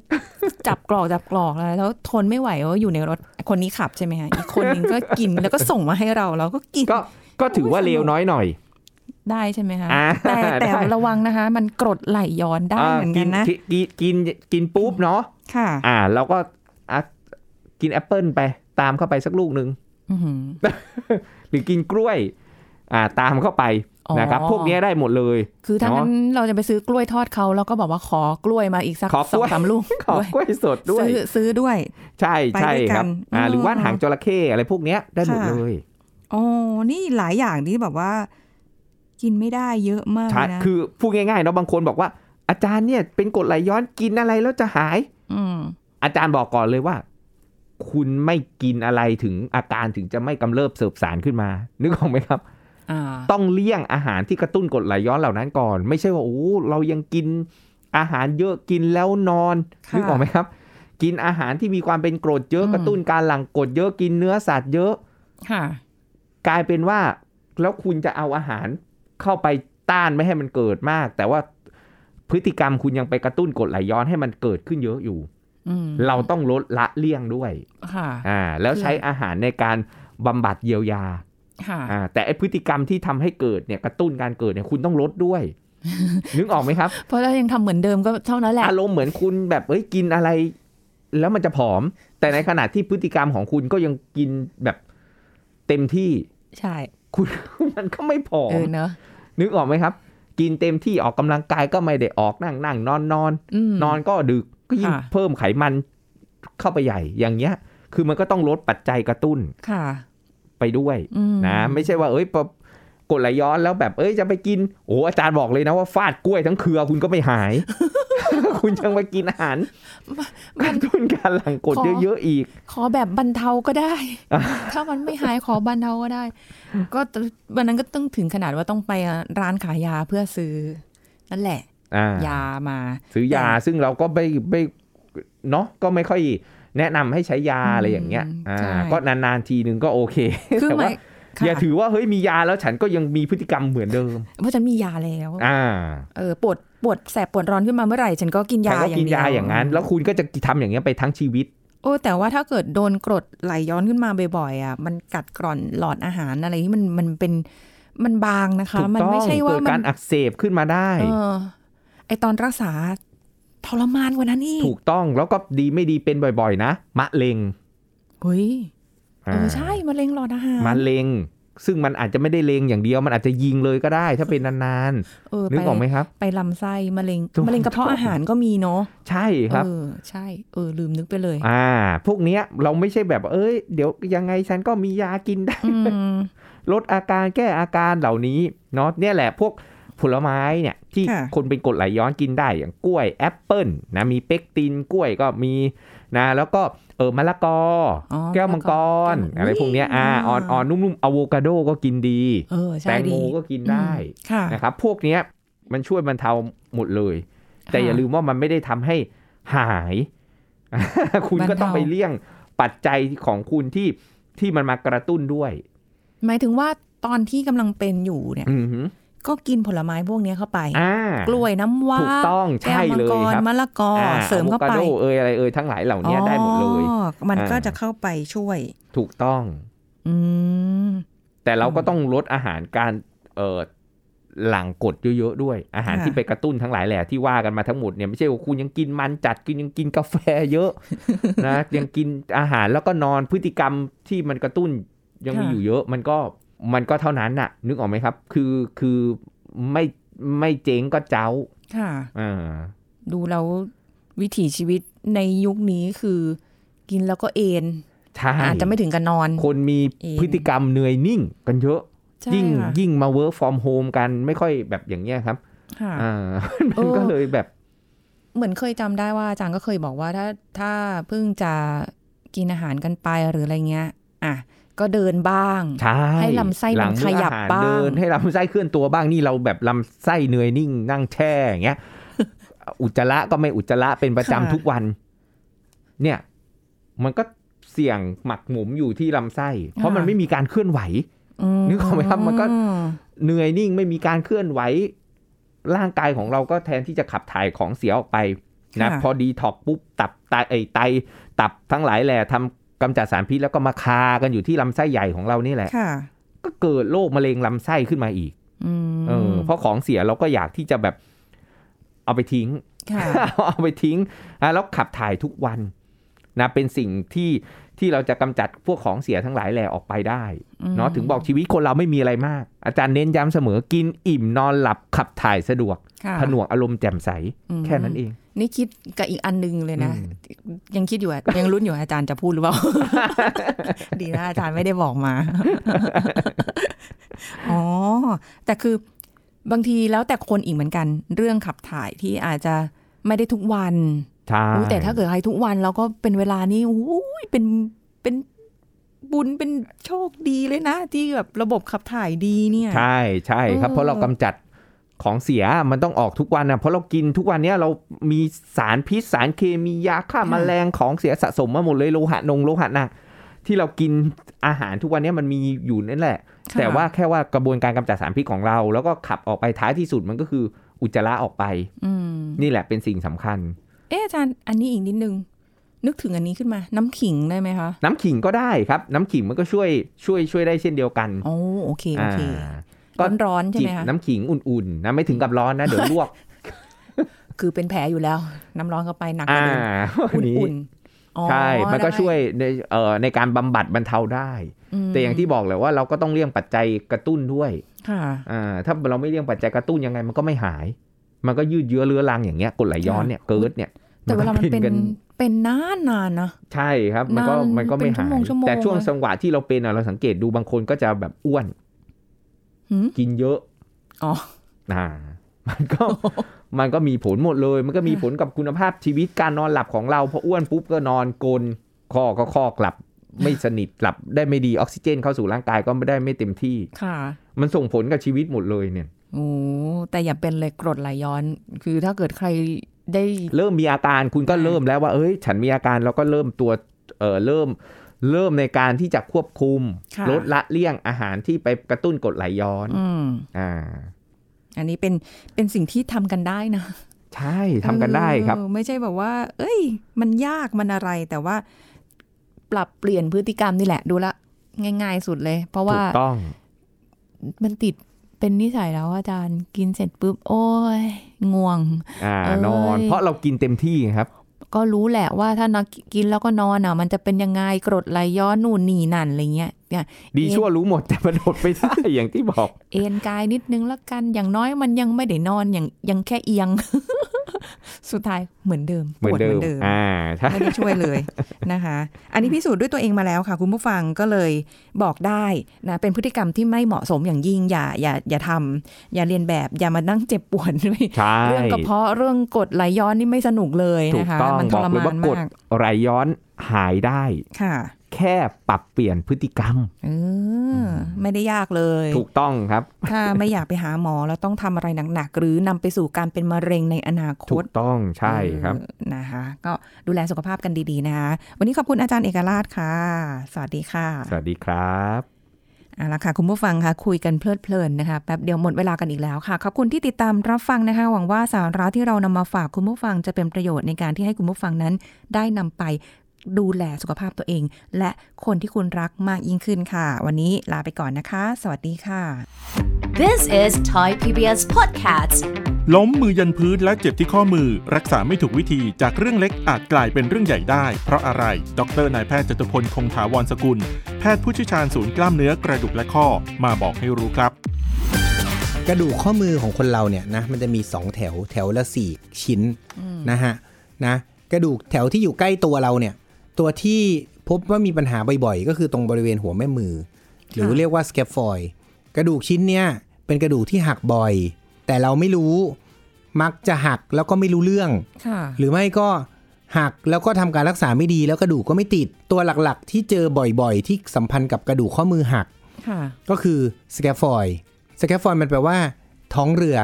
จับกรอกจับกรอกเลยแล้วทนไม่ไหวว่าอยู่ในรถ คนนี้ขับใช่ไหมฮะ อีกคนนึงก็กิน แล้วก็ส่งมาให้เรา เราก็กิน
ก็ก็ถือว่าเลวน้อยหน่อย
ได้ใช่ไหมคะ
อ่า
แต่แต่
ได้
ระวังนะคะ มันกรดไหลย้อนได้เหมือนกันนะ
กิกิกินกินปุ๊บเนาะ
ค่ะ
อ่าเราก็อ่ะกินแอปเปิลไป ตามเข้าไปสักลูกหนึ่ง
อื้อหือ
หรือกินกล้วย อ่าตามเข้าไป
อ๋อ
นะครับ พวกเนี้ยได้หมดเลย
คือถ้างั้นเราจะไปซื้อกล้วยทอดเขาแล้วก็บอกว่าขอกล้วยมาอีกสัก
ขอก
สอ
ล้
ง
วย
สาม ลูก
ขอกล้วยสดด้ว
ซื้
ย
อซื้อด้วย
ใช่ใช่
ไปด้วย
ค
กัน
รับ อ่า หรือว่าน
อืม
หางจระเข้อะไรพวกเนี้ยได้หมด
ค่ะ
เลย
โอ้นี่หลายอย่างที่แบบว่า
กินไม่ได้เยอะมาก
ใช่
นะ
คือพูดง่ายๆเนาะบางคนบอกว่า อาจารย์เนี่ยเป็นกรดไหลย้อนกินอะไรแล้วจะหาย
อืม
อาจารย์บอกก่อนเลยว่า คุณไม่กินอะไรถึงอาการถึงจะไม่กำเริบเสบสารขึ้นมา นึกออกไหมครับ
อ่า
ต้องเลี่ยงอาหารที่กระตุ้นกรดไหลย้อนเหล่านั้นก่อน ไม่ใช่ว่าโอ้เรายังกินอาหารเยอะกินแล้วนอน
ค่ะ
นึกออกไหมครับ กินอาหารที่มีความเป็นกรดเยอะ
อืม
กระตุ้นการหลั่งกรดเยอะกินเนื้อสัตว์เยอะ
ค่ะ
กลายเป็นว่าแล้วคุณจะเอาอาหารเข้าไปต้านไม่ให้มันเกิดมาก แต่ว่าพฤติกรรมคุณยังไปกระตุ้นกรดไหลย้อนให้มันเกิดขึ้นเยอะอยู่
อืม
เราต้องลดละเลี่ยงด้วย
ค่ะ
อ่าแล้วใช้
คือ
อาหารในการบำบัดเยียวยา
ค่ะ
อ่าแต่ไอพฤติกรรมที่ทำให้เกิดเนี่ยกระตุ้นการเกิดเนี่ยคุณต้องลด ด้วย นึกออกไหมครับ
เพราะเรายังทำเหมือนเดิมก็เท่านั้นแหละ
อารมณ์เหมือนคุณแบบเอ้ยกินอะไร แล้วมันจะผอม แต่ในขณะที่พฤติกรรมของคุณก็ยังกินแบบเต็มที่
ใช่
คุณ มันก็ไม่ผอ
เอ
ม
อเนอะ
นึกออกไหมครับ กินเต็มที่ออกกำลังกายก็ไม่ได้ออกนั่งนั่งนอนนอน
ม
นอนก็ดึกก็ยิ่ง
ค่ะ
เพิ่มไขมันเข้าไปใหญ่อย่างเงี้ย คือมันก็ต้องลดปัจจัยกระตุ้น
ค่ะ
ไปด้วย
อืม
นะไม่ใช่ว่าเอ้ยปะกดไหลย้อนแล้วแบบเอ้ยจะไปกินโอ้อาจารย์บอกเลยนะว่าฟาดกล้วยทั้งเครือคุณก็ไม่หาย คุณยังไปกินอาหารกระตุ้นการหลั่งกรดเยอะๆอีก
ขอแบบบรรเทาก็ได้ ถ้ามันไม่หายขอบรรเทาก็ได้ ก็วันนั้นก็ต้องถึงขนาดว่าต้องไปร้านขายยาเพื่อซื้อ นั่นแหละ
อ่าย
ามา
ซื้อยา
แต่
ซึ่งเราก็ไม่ไม่เนาะก็ไม่ค่อยแนะนำให้ใช้ยาอะไรอย่างเงี้ยอ่า
ใช่
ก็นานๆทีนึงก็โอเค
คือ
แต่
หมา
ว่าย อย่า
ค่ะ
ถือว่าเฮ้ยมียาแล้วฉันก็ยังมีพฤติกรรมเหมือนเดิม
เพราะฉันมียาแล้ว
อ่า
เออปวดปวดแสบปวดร้อนขึ้นมาเมื่อไหร่ ฉันก็กินยา
ฉันก็
อย่า
กิ
งเดียวย
นาอย่างนั้น แล้วคุณก็จะทำอย่างเงี้ยไปทั้งชีวิต
โอ้แต่ว่าถ้าเกิดโดนกรดไหลย้อนขึ้นมาบ่อยๆอ่ะมันกัดกร่อนหลอดอาหารอะไรที่มันมันเป็นมันบางนะคะ
ถูก
มั
ต้อง
ไม่ใช่ว่า
เกิด
มั
การอักเสบขึ้นมาได้
เออไอตอนรักษาทรมานกว่านั้นอีก
ถูกต้องแล้วก็ดีไม่ดีเป็นบ่อยๆ นะ มะเร็ง
เฮ้ยเอออา ใช่มะเร็งหลอดอาหาร
มะเร็ง ซึ่งมันอาจจะไม่ได้เลงอย่างเดียว มันอาจจะยิงเลยก็ได้ ถ้าเป็นนาน
เออ
ๆ นึ
ไป
กออกไหมครับ
ไปลำไส้มะเร็ง
ถูก
มะเร็งกระเพาะอาหารก็มีเนาะ
ใช่ครับ
เออใช่ เออ ลืมนึกไปเลย
อ่า พวกเนี้ยเราไม่ใช่แบบเอ้ย เดี๋ยวยังไงฉันก็มียากินได้
อืม
ลดอาการแก้อาการเหล่านี้เนาะเนี่ยแหละพวกผลไม้เนี่ยที่
ค่ะ
คนเป็นกรดไหลย้อนกินได้อย่างกล้วยแอปเปิลนะมีเปกตินกล้วยก็มีนะแล้วก็เออมะละกอ
อ๋อ
แก้วมังกร
แก้วมังกร
อะไรพวกเนี้ยอ่า
อื
อ่อ
ม
นอ่อนๆนุ่มๆอะโวคาโดก็กินดี
เออ
แต
ใช่
ง
ดี
โมก็กินได้
อืมค่ะ
นะครับพวกเนี้ยมันช่วยบรรเทาหมดเลย แต่อย่าลืมว่ามันไม่ได้ทำให้หาย คุณ
บรรเทา
ก็ต้องไปเลี่ยงปัจจัยของคุณที่ที่มันมากระตุ้นด้วย
หมายถึงว่าตอนที่กำลังเป็นอยู่เนี่ย
อือหือ
ก็กินผลไม้พวกเนี้ยเข้าไป
อ่าก
ล้วยน้ำว้า
ถูกต้อง
แก้ว
ใช่
มัง
เลย
กร
ครับ
มะละกอ
อ่า
เสริมเข้าไป
อะโวคโดเอยอะไรเอยทั้งหลายเหล่านี้ได้หมดเลย
อ๋อมัน
อ่า
ก็จะเข้าไปช่วย
ถูกต้อง
อืม
แต่เราก็ต้องลดอาหารการเออหลังกรดเยอะๆด้วย อาหาร
ค่ะ
ที่ไปกระตุ้นทั้งหลายแหละที่ว่ากันมาทั้งหมดเนี่ยไม่ใช่ว่าคุณยังกินมันจัดคุณยังกินกาแฟเยอะ นะยังกินอาหารแล้วก็นอนพฤติกรรมที่มันกระตุ้นยังมีอยู่เยอะ มันก็มันก็เท่านั้นน่ะ นึกออกไหมครับ คือคือไม่ไม่เจ๊งก็เจ้า
ค่ะ
อ่า
ดูแล้ววิถีชีวิตในยุคนี้คือ กินแล้วก็เอน
ใช่
อาจจะไม่ถึงกับนอน
คนมี
เอง
พฤติกรรมเหนื่อยนิ่งกันเยอะ
ใช่
ยิ่ง
ค่ะ
ยิ่งมา work from home กันไม่ค่อยแบบอย่างเงี้ยครับ
ค่ะ
อ่า
เอ
มัน
อ
ก็เลยแบบ
เหมือนเคยจำได้ว่าอาจารย์ก็เคยบอกว่าถ้าถ้าเพิ่งจะกินอาหารกันไปหรืออะไรเงี้ย อ่ะ ก็เดินบ้าง
ใช่
ให้ลำไส้มัน
หลัง
ขยับ
อหร
บ้าง
เดินให้ลำไส้เคลื่อนตัวบ้างนี่เราแบบลำไส้เหนื่อยนิ่ง นั่งแช่อย่างเงี้ย อุจจาระก็ไม่อุจจาระเป็นประจำทุกวัน เนี่ย มันก็เสี่ยงหมักหมมอยู่ที่ลำไส้ เพราะมันไม่มีการเคลื่อนไหว
อืม
นึกออกไหมครับมันก็ เหนื่อยนิ่งไม่มีการเคลื่อนไหว ร่างกายของเราก็แทนที่จะขับถ่ายของเสียออกไปนะ
ค่ะ
พอดีท็อกปุ๊บตับไตไอยไต ตับทั้งหลายแหล่ทำกำจัดสารพิษแล้วก็มาคากันอยู่ที่ลำไส้ใหญ่ของเรานี่แหละ
ค่ะ
ก็เกิดโรคมะเร็งลำไส้ขึ้นมาอีก
อืม
เออเพราะของเสียเราก็อยากที่จะแบบเอาไปทิ้ง
ค่ะ
เอาไปทิ้งอ่ะแล้วขับถ่ายทุกวันนะเป็นสิ่งที่ที่เราจะกำจัดพวกของเสียทั้งหลายแหล่ออกไปได้ เนาะถึงบอกชีวิตคนเราไม่มีอะไรมาก อาจารย์เน้นย้ำเสมอกินอิ่มนอนหลับขับถ่ายสะดวก
ค่ะ
ผนวกอารมณ์แจ่มใส
อืม
แค่นั้นเอง
นี่คิดกับอีกอันหนึงเลยนะ
อืม
ยังคิด อยู่อะยังรุ้นอยู่อาจารย์จะพูดหรือเปล่า ดีนะอาจารย์ไม่ได้บอกมา อ๋อ แต่คือบางทีแล้วแต่คนอีกเหมือนกัน เรื่องขับถ่ายที่อาจจะไม่ได้ทุกวัน
ใช่
อุ๊ยแต่ถ้าเกิดใครทุกวันแล้วก็เป็นเวลานี่อุ้ยเป็นเป็นบุญเป็นโชคดีเลยนะ ที่แบบระบบขับถ่ายดีเนี่ย
ใช่ใช่ครับ
เออ
เพราะเรากำจัดของเสียมันต้องออกทุกวันนะเพราะเรากินทุกวันเนี้ยเรามีสารพิษสารเคมียาฆ่าแมลงของเสียสะสมมาหมดเลยโลหะนงโลหะหนักที่เรากินอาหารทุกวันเนี้ยมันมีอยู่นั่นแหละ
ค่ะ
แต่ว่าแค่ว่ากระบวนการกำจัดสารพิษของเรา แล้วก็ขับออกไปท้ายที่สุดมันก็คืออุจจาระออกไป
อืม
นี่แหละเป็นสิ่งสำคัญ
เอออาจารย์อันนี้อีกนิดนึง นึกถึงอันนี้ขึ้นมา น้ำขิงได้ไหมคะ
น้ำขิงก็ได้ครับ น้ำขิงมันก็ช่วยช่วยช่วยได้เช่นเดียวกัน
โอ้โอเค โอเค
อ่า
ร้อนร้อนๆใช่
จิ
ไห
บ
มคะ
น้ำขิงอุ่นๆนะไม่ถึงกับร้อนนะ เดี๋ยวลวก
คือเป็นแผลอยู่แล้ว น้ ำร้อนเข้าไปหนักก
อ่า
ว่าเดิม
วันนี้
อุ่นๆอ๋อ
ใช่ มันก็
ได้
ช่วยในเอ่อในการบำบัดบรรเทาได้ แต่อย่างที่บอกแหละว่าเราก็ต้องเลี่ยงปัจจัยกระตุ้นด้วย
ค่ะ
อ่าถ้าเราไม่เลี่ยงปัจจัยกระตุ้นยังไงมันก็ไม่หาย มันก็ยืดเยื้อเรื้อรังอย่างเงี้ยกรดไหลย้อนเนี่ยเกิดเนี่ย
แต่เวลามัน
ก็
เป็น
กั
เป็นนานนานๆนะ
ใช่ครับ มันก็
นาน
มันก็ไม่
เป็นชั่
หา
วย โมงชั่วโมง
แต่ช่วง
เลย
จังหวะที่เราเป็นอะเราสังเกตดูบางคนก็จะแบบอ้วน
หืม
กินเยอะ
อ๋อ
อ่ามันก็ มันก็มีผลหมดเลย มันก็มีผลกับคุณภาพชีวิตการนอนหลับของเราพออ้วนปุ๊บก็นอนกลนคอก็คอกหลับ ไม่สนิทหลับได้ไม่ดีออกซิเจนเข้าสู่ร่างกายก็ไม่ได้ไม่เต็มที่
ค่ะ
มันส่งผลกับชีวิตหมดเลยเนี่ย
โอ้แต่อย่าเป็นเลยกรดไหลย้อน คือถ้าเกิดใครได้
เริ่มมีอาการคุณก็
อ่า
เริ่มแล้วว่าเอ้ย ฉันมีอาการแล้วก็เริ่มตัวเออเริ่ม เริ่มในการที่จะควบคุม
ค่ะ
ลดละเลี่ยงอาหารที่ไปกระตุ้นกรดไหลย้อน
อืม
อ่า
อันนี้เป็นเป็นสิ่งที่ทำกันได้นะ
ใช่ทำกันได้ครับ
เออไม่ใช่แบบว่า เอ้ย มันยากมันอะไรแต่ว่า ปรับเปลี่ยนพฤติกรรมนี่แหละดูละ ง่าย ๆ สุดเลย เพราะ
ถู
ว่าก
ต้อง
มันติดเป็นนิสัยแล้วอาจารย์กินเสร็จปุ๊บ โอ้ยง่วง
อ่า
เอ้ย
นอน เพราะเรากินเต็มที่ครับ
ก็รู้แหละว่าถ้านักกินแล้วก็นอนอ่ะ มันจะเป็นยังไงกรดไหลย้อนนู่นนี่นั่นอะไรเงี้ยเนี่ย
ดี
เอ๊ะ
ชั่วรู้หมดแต่มันอดไม่ได้ อย่างที่บอก
เอนกายนิดนึงละกันอย่างน้อยมันยังไม่ได้นอนอย่างยังแค่เอียง สุดท้ายเหมือนเดิม
เหมือนเดิ
ปว
ม อ่าใช่
ไม่ได้ช่วยเลยนะคะ อันนี้พิสูจน์ด้วยตัวเองมาแล้วค่ะ คุณผู้ฟังก็เลยบอกได้นะเป็นพฤติกรรมที่ไม่เหมาะสมอย่างยิ่งอย่าอย่าอย่าทำอย่าเรียนแบบอย่ามานั่งเจ็บปวด ด้วย
ใช่
เรื่องกระเพาะเรื่องกรดไหลย้อนนี่ไม่สนุกเลย
ถูก
นะคะ
ต้อง
มันท
บอก
ร
เลย
มาน
ว่ากด
มาก
ไหลย้อนหายได้
ค่ะ
แค่ปรับเปลี่ยนพฤติกรรม
เออไม่ได้ยากเลย
ถูกต้องครับ
ถ้าไม่อยากไปหาหมอแล้วต้องทำอะไรหนักๆ หรือนำไปสู่การเป็นมะเร็งในอนาค
ถู
ต
กต้องใช่ครับ
เออนะคะ ก็ดูแลสุขภาพกันดีๆนะคะวันนี้ขอบคุณอาจารย์เอกราชค่ะ สวัสดีค่ะ
สวัสดีครับ
เอาละค่ะคุณผู้ฟังค่ะคุยกันเพลิดเพลินนะคะแป๊บเดียวหมดเวลากันอีกแล้วค่ะ ขอบคุณที่ติดตามรับฟังนะคะ หวังว่าสาระที่เรานำมาฝากคุณผู้ฟังจะเป็นประโยชน์ในการที่ให้คุณผู้ฟังนั้น ได้นำไปดูแลสุขภาพตัวเอง และคนที่คุณรักมากยิ่งขึ้นค่ะ วันนี้ลาไปก่อนนะคะ สวัสดีค่ะ
This is Thai PBS Podcast.
ล้มมือยันพื้นและเจ็บที่ข้อมือ รักษาไม่ถูกวิธีจากเรื่องเล็กอาจกลายเป็นเรื่องใหญ่ได้ เพราะอะไร ดรนายแพทย์จตุพลคงถาวรสกุล แพทย์ผู้เชี่ยวชาญศูนย์กล้ามเนื้อกระดูกและข้อมาบอกให้รู้ครับ
กระดูกข้อมือของคนเราเนี่ยนะมันจะมี 2 แถวแถวละ 4 ชิ้นนะฮะนะกระดูกแถวที่อยู่ใกล้ตัวเราเนี่ย ตัวที่พบว่ามีปัญหาบ่อยๆ ก็คือตรงบริเวณหัวแม่มือ หรือเรียกว่าสแคปฟอยกระดูกชิ้นเนี่ยเป็นกระดูกที่หักบ่อย แต่เราไม่รู้มักจะหักแล้วก็ไม่รู้เรื่อง
ค่ะ
หรือไม่ก็หักแล้วก็ทำการรักษาไม่ดีแล้วกระดูกก็ไม่ติด ตัวหลักๆ ที่เจอบ่อยๆ ที่สัมพันธ์กับกระดูกข้อมือหัก
ค่ะ
ก็คือสแคฟฟอยสแคฟฟอยมันแปลว่า ท้องเรือ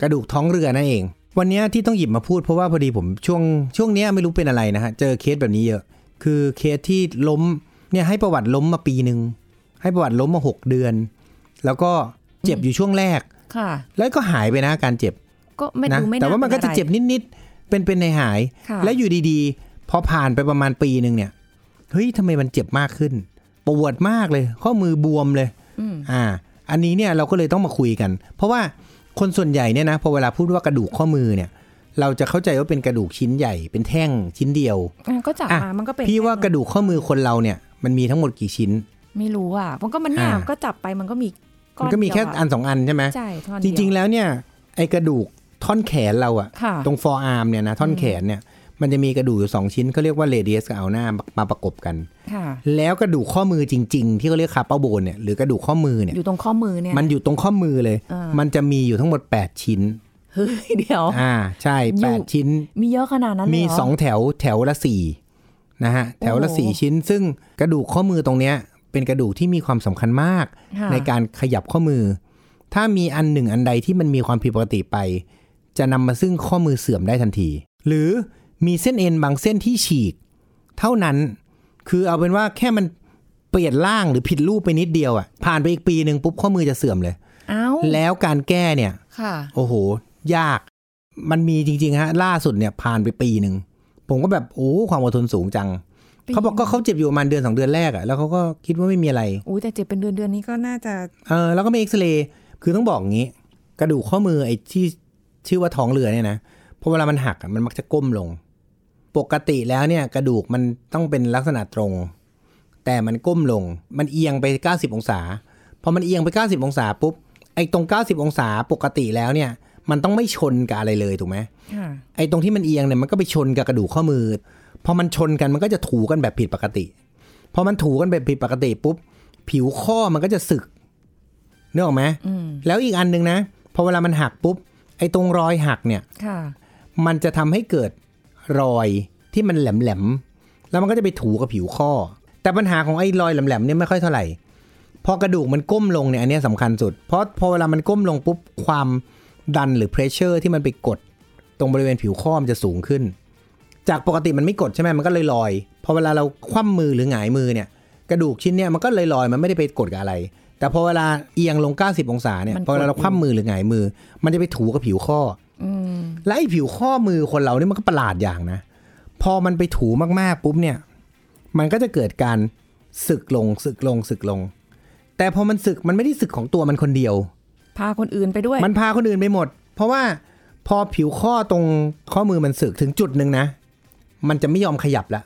กระดูกท้องเรือนั่นเอง วันเนี้ยที่ต้องหยิบมาพูดเพราะว่าพอดีผมช่วงช่วงเนี้ยไม่รู้เป็นอะไรนะฮะ เจอเคสแบบนี้เยอะ คือเคสที่ล้มเนี่ยให้ประวัติล้มมาปีหนึ่งให้ประวัติล้มมาหกเดือน แล้วก็เจ็บอยู่ช่วงแรก
ค่ะ
แล้วก็หายไปนะอาการเจ็บ
ก็ไม่
นะ
ดูไม่
แต่ว่ามันก็จะเจ็บ
ป็อ
นิดๆเป็นเป็นในหาย
ค่ะ
และอยู่ดีๆ พอผ่านไปประมาณปีหนึ่งเนี่ยเฮ้ยทำไมมันเจ็บมากขึ้นปวดมากเลย ข้อมือบวมเลย
ไรอืม
อ่า อันนี้เนี่ยเราก็เลยต้องมาคุยกัน เพราะว่าคนส่วนใหญ่เนี่ยนะพอเวลาพูดว่ากระดูกข้อมือเนี่ย เราจะเข้าใจว่าเป็นกระดูกชิ้นใหญ่เป็นแท่งชิ้นเดียว
อ่ะก็จับ
อ่ะ
มามันก็เป็น
พี่ว่ากระดูกข้อมือคนเราเนี่ยมันมีทั้งหมดกี่ชิ้น
ไม่รู้อ่ะ มันก็มันเนี่ย
อ่า
ก็จับไปมันก็มี
มันก็มีแค่อันสองอันใช่ไหม
ใช่ท่อน
จ
เดียว
ริงๆแล้วเนี่ยไอกระดูกท่อนแขนเราอะ
ค่ะ
ตรง forearm เนี่ยนะท่อนแขนเนี่ยมันจะมีกระดูกอยู่สองชิ้นเขาเรียกว่า radius กับ ulna มาประกบกัน
ค่ะ
แล้วกระดูกข้อมือจริง ๆ ที่เขาเรียกคาเป้าโบนเนี่ยหรือกระดูกข้อมือเนี่ย
อยู่ตรงข้อมือเนี่ย
มันอยู่ตรงข้อมือเลย
อ่ามั
มันจะมีอยู่ทั้งหมด 8 ชิ้น
เฮ้ยเดี๋ยว
อ่าใช่
อยู่
แปดชิ้น
มีเยอะขนาดนั้นเลย
มี
เหร
สองแถวแถวละสี่นะฮะแถวละ
โอ้โห
สี่ชิ้น ซึ่งกระดูกข้อมือตรงเนี้ยเป็นกระดูกที่มีความสำคัญมาก
ค่ะ
ในการขยับข้อมือ ถ้ามีอันหนึ่งอันใดที่มันมีความผิดปกติไป จะนำมาซึ่งข้อมือเสื่อมได้ทันที หรือมีเส้นเอ็นบางเส้นที่ฉีก เท่านั้นคือเอาเป็นว่าแค่มันเปลี่ยนร่างหรือผิดรูปไปนิดเดียวอ่ะผ่านไปอีกปีหนึ่งปุ๊บข้อมือจะเสื่อมเลย
เอ้า
แล้วการแก้เนี่ย
ค่ะ
โอ้โห ยาก มันมีจริง ๆ ฮะ ล่าสุดเนี่ยผ่านไปปีหนึ่ง ผมก็แบบ โอ้ ความอดทนสูงจัง
ปี
เขาบอกก็เขาเจ็บอยู่ประมาณเดือนสองเดือนแรกอะแล้วเขาก็คิดว่าไม่มีอะไร
อู้แต่เจ็บเป็นเดือนเดือนๆนี้ก็น่าจะ
เออ แล้วก็ไม่เอ็กซเรย์ คือต้องบอกงี้ กระดูกข้อมือไอ้ที่ชื่อว่าท้องเรือเนี่ยนะ เพอเวลามันหักอะมันมักจะก้มลง ปกติแล้วเนี่ย กระดูกมันต้องเป็นลักษณะตรง แต่มันก้มลง มันเอียงไป 90 องศา พอมันเอียงไป 90 องศาปุ๊บ ไอ้ตรง 90 องศาปกติแล้วเนี่ย มันต้องไม่ชนกับอะไรเลยถูกไหม
ค่ะ
ไอ้ตรงที่มันเอียงเนี่ยมันก็ไปชนกับกระดูกข้อมือ พอมันชนกันมันก็จะถูกันแบบผิดปกติ พอมันถูกันแบบผิดปกติปุ๊บ ผิวข้อมันก็จะสึกเนื้อออกไหม
อืม
แล้วอีกอันหนึ่งนะ พอเวลามันหักปุ๊บ ไอ้ตรงรอยหักเนี่ย
ค่ะ
มันจะทำให้เกิดรอยที่มันแหลมๆ แล้วมันก็จะไปถูกับผิวข้อ แต่ปัญหาของไอ้รอยแหลมๆเนี่ยไม่ค่อยเท่าไหร่ พ พอกระดูกมันก้มลงเนี่ยอันเนี้ยสำคัญสุด เพราะพอเวลามันก้มลงปุ๊บความดันหรือเพรสเชอร์ที่มันไปกด ตรงบริเวณผิวข้อมันจะสูงขึ้น จากปกติมันไม่กดใช่ไหมมันก็เลยลอยพอเวลาเราคว่ำมือหรือหงายมือเนี่ย กระดูกชิ้นเนี่ยมันก็เลยลอยมันไม่ได้ไปกดกับอะไร แต่พอเวลาเอียงลง 90 องศาเนี่ย
มันกด
พอเวลาเราคว่ำมือหรือหงายมือ มันจะไปถูกับผิวข้ออและไอ้ผิวข้อมือคนเราเนี่ยมันก็ประหลาดอย่างนะ พอมันไปถูมากๆปุ๊บเนี่ย มันก็จะเกิดการสึกลงสึกลงสึกลง แต่พอมันสึกมันไม่ได้สึกของตัวมันคนเดียว
พาคนอื่นไปด้วย
มันพาคนอื่นไปหมด เพราะว่าพอผิวข้อตรงข้อมือมันสึกถึงจุดหนึ่งนะ มันจะไม่ยอมขยับละ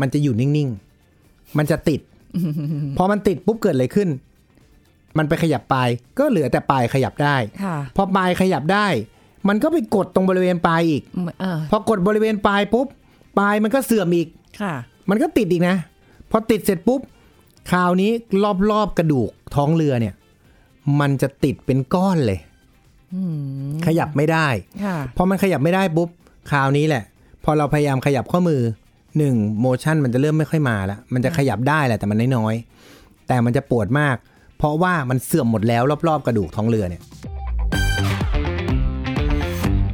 มันจะอยู่นิ่งๆ มันจะติด พอมันติดปุ๊บเกิดอะไรขึ้น มันไปขยับปลาย ก็เหลือแต่ปลายขยับได้
ค่ะ
พอปลายขยับได้ มันก็ไปกดตรงบริเวณปลายอีก
เหมือนเออ
พอกดบริเวณปลายปุ๊บ ปลายมันก็เสื่อมอีก
ค่ะ
มันก็ติดอีกนะ พอติดเสร็จปุ๊บ คราวนี้รอบๆกระดูกท้องเรือเนี่ย มันจะติดเป็นก้อนเลยขยับไม่ได้
ค่ะ
พอมันขยับไม่ได้ปุ๊บ คราวนี้แหละ พอเราพยายามขยับข้อมือหนึ่งโมชั่นมันจะเริ่มไม่ค่อยมาแล้ว มันจะขยับได้แหละแต่มันน้อยๆแต่มันจะปวดมาก เพราะว่ามันเสื่อมหมดแล้วรอบๆกระดูกท้องเรือเนี่ย